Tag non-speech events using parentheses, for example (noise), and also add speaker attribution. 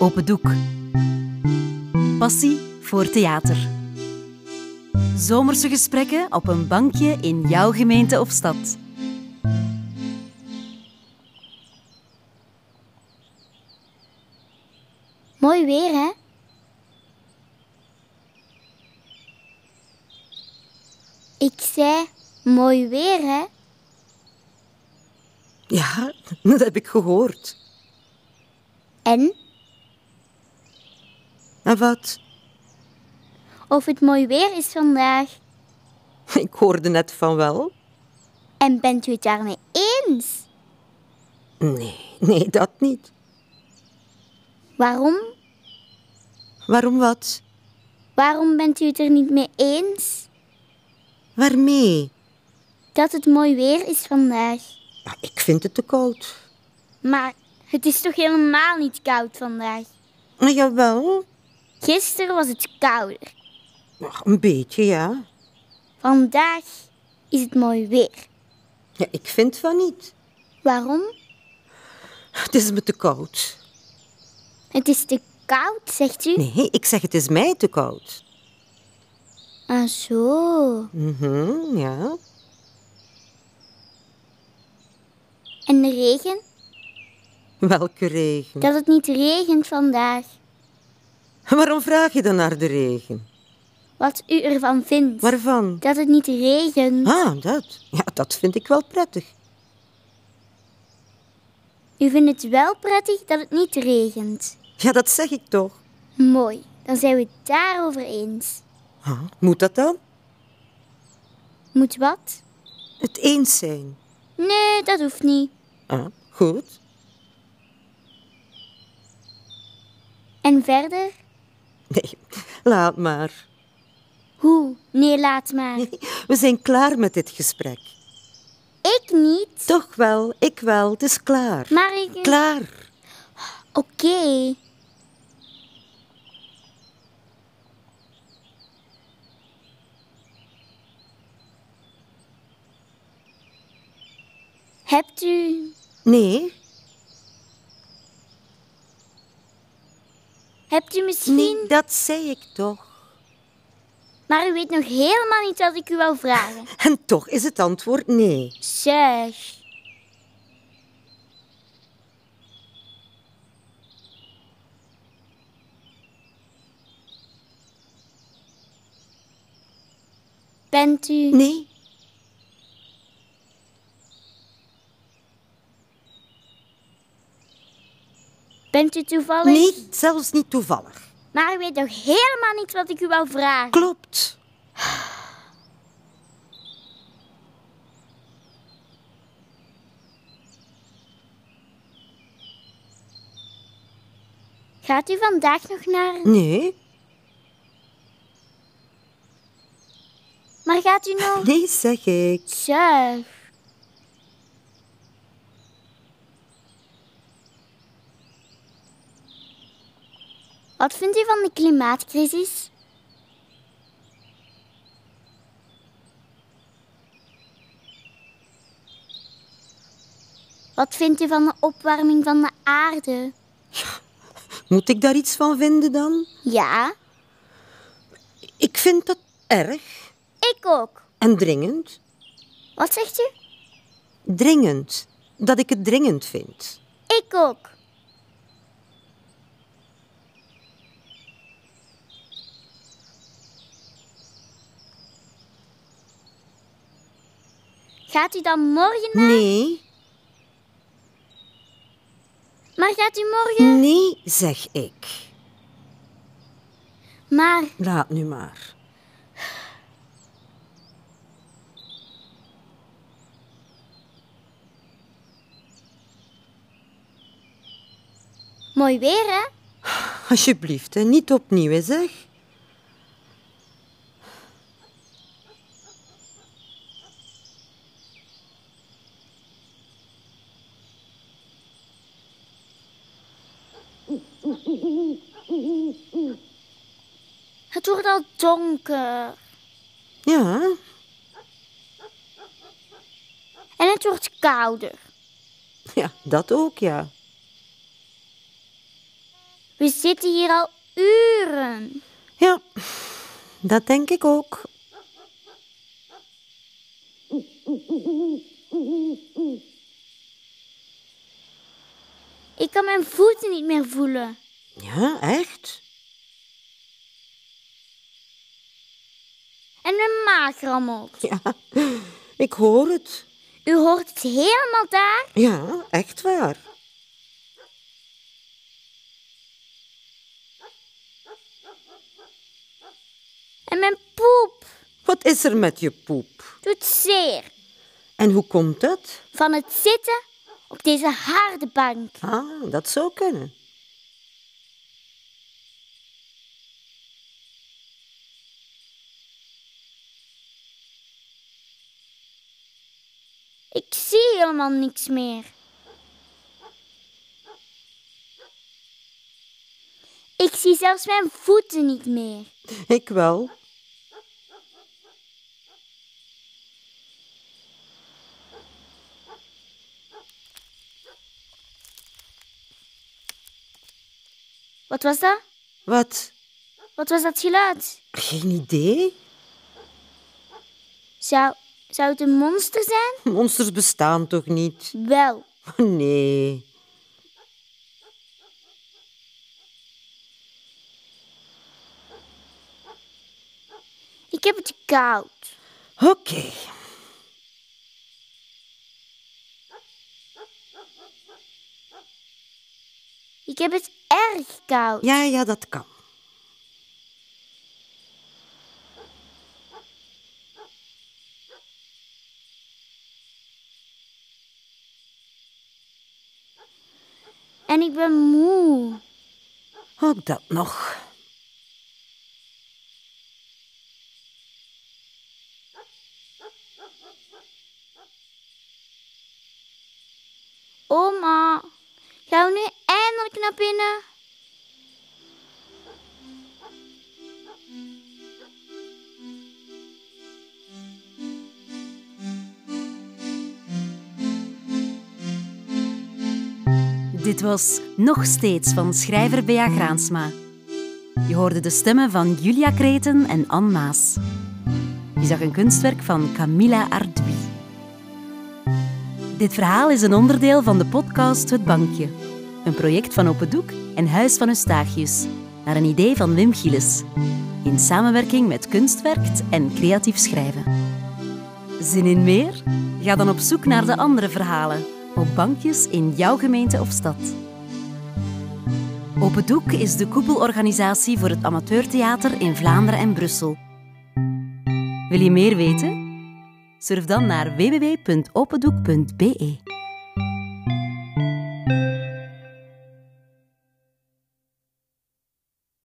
Speaker 1: Open Doek. Passie voor theater. Zomerse gesprekken op een bankje in jouw gemeente of stad.
Speaker 2: Mooi weer, hè? Ik zei, mooi weer, hè?
Speaker 3: Ja, dat heb ik gehoord.
Speaker 2: En
Speaker 3: En wat?
Speaker 2: of het mooi weer is vandaag.
Speaker 3: Ik hoorde net van wel.
Speaker 2: En bent u het daarmee eens?
Speaker 3: Nee, nee, dat niet.
Speaker 2: Waarom?
Speaker 3: Waarom wat?
Speaker 2: Waarom bent u het er niet mee eens?
Speaker 3: Waarmee?
Speaker 2: Dat het mooi weer is vandaag.
Speaker 3: Nou, ik vind het te koud.
Speaker 2: Maar het is toch helemaal niet koud vandaag?
Speaker 3: Nou, jawel,
Speaker 2: Gisteren was het kouder.
Speaker 3: Ach, een beetje, ja.
Speaker 2: Vandaag is het mooi weer.
Speaker 3: ja. Ik vind van niet.
Speaker 2: Waarom?
Speaker 3: Het is me te koud.
Speaker 2: Het is te koud, zegt u?
Speaker 3: Nee, ik zeg het is mij te koud.
Speaker 2: Ah, zo.
Speaker 3: Mhm, ja.
Speaker 2: En de regen?
Speaker 3: Welke regen?
Speaker 2: Dat het niet regent vandaag.
Speaker 3: (laughs) Waarom vraag je dan naar de regen?
Speaker 2: Wat u ervan vindt.
Speaker 3: Waarvan?
Speaker 2: Dat het niet regent.
Speaker 3: Ah, dat. Ja, dat vind ik wel prettig.
Speaker 2: U vindt het wel prettig dat het niet regent.
Speaker 3: Ja, dat zeg ik toch.
Speaker 2: Mooi, dan zijn we het daarover eens.
Speaker 3: Ah, moet dat dan?
Speaker 2: Moet wat?
Speaker 3: Het eens zijn.
Speaker 2: Nee, dat hoeft niet.
Speaker 3: Ah, goed.
Speaker 2: En verder?
Speaker 3: Nee, laat maar.
Speaker 2: Hoe? Nee,
Speaker 3: (laughs)
Speaker 2: laat maar.
Speaker 3: We zijn klaar met dit gesprek.
Speaker 2: Ik niet.
Speaker 3: Toch wel, ik wel. Het is klaar.
Speaker 2: Maar ik.
Speaker 3: Klaar.
Speaker 2: Oké. Hebt u.
Speaker 3: Nee,
Speaker 2: Hebt u misschien.
Speaker 3: nee, dat zei ik toch.
Speaker 2: Maar u weet nog helemaal niet wat ik u wou vragen.
Speaker 3: En toch is het antwoord nee.
Speaker 2: Zeg. Bent u.
Speaker 3: Nee,
Speaker 2: Bent u toevallig?
Speaker 3: niet, zelfs niet toevallig.
Speaker 2: Maar u weet nog helemaal niet wat ik u wou vragen.
Speaker 3: Klopt.
Speaker 2: Gaat u vandaag nog naar.
Speaker 3: Nee,
Speaker 2: Maar gaat u nog.
Speaker 3: nee, zeg ik.
Speaker 2: Zeg. Wat vindt u van de klimaatcrisis? Wat vindt u van de opwarming van de aarde?
Speaker 3: Moet ik daar iets van vinden dan?
Speaker 2: Ja,
Speaker 3: Ik vind dat erg
Speaker 2: ik ook.
Speaker 3: en dringend.
Speaker 2: Wat zegt u?
Speaker 3: Dringend. Dat ik het dringend vind.
Speaker 2: Ik ook. Gaat u dan morgen naar...
Speaker 3: Nee,
Speaker 2: Maar gaat u morgen...
Speaker 3: nee, zeg ik.
Speaker 2: Maar
Speaker 3: Laat nu maar.
Speaker 2: mooi weer, hè?
Speaker 3: Alsjeblieft, hè. niet opnieuw, hè, zeg.
Speaker 2: Het wordt al donker.
Speaker 3: Ja,
Speaker 2: En het wordt kouder.
Speaker 3: ja, dat ook, ja.
Speaker 2: We zitten hier al uren.
Speaker 4: Ja, dat denk ik ook.
Speaker 2: Ik kan mijn voeten niet meer voelen.
Speaker 4: Ja, echt?
Speaker 2: En mijn maag rammelt.
Speaker 4: Ja, ik hoor het.
Speaker 2: U hoort het helemaal daar?
Speaker 4: Ja, echt waar.
Speaker 2: En mijn poep
Speaker 4: Wat is er met je poep?
Speaker 2: doet zeer.
Speaker 4: En hoe komt dat?
Speaker 2: Van het zitten op deze harde bank.
Speaker 4: Ah, dat zou kunnen.
Speaker 2: Ik zie helemaal niks meer. Ik zie zelfs mijn voeten niet meer.
Speaker 4: Ik wel.
Speaker 2: Wat was dat?
Speaker 4: Wat?
Speaker 2: Wat was dat geluid?
Speaker 4: Geen idee.
Speaker 2: Zou, zou het een monster zijn?
Speaker 4: Monsters bestaan toch niet?
Speaker 2: Wel.
Speaker 4: Nee.
Speaker 2: Ik heb het koud.
Speaker 4: Oké.
Speaker 2: Ik heb het erg koud.
Speaker 4: Ja, ja, dat kan.
Speaker 2: En ik ben moe.
Speaker 4: Ook dat nog.
Speaker 2: Oma, gaan we nu eindelijk naar binnen?
Speaker 3: Dit was Nog Steeds van schrijver Bea Graansma. Je hoorde de stemmen van Julia Kreten en Anne Maas. Je zag een kunstwerk van Camilla Arduy. Dit verhaal is een onderdeel van de podcast Het Bankje. Een project van Open Doek en Huis van Eustachius. Naar een idee van Wim Gilles. In samenwerking met Kunstwerkt en Creatief Schrijven. Zin in meer? Ga dan op zoek naar de andere verhalen op bankjes in jouw gemeente of stad. Open Doek is de koepelorganisatie voor het amateurtheater in Vlaanderen en Brussel. Wil je meer weten? Surf dan naar www.opendoek.be.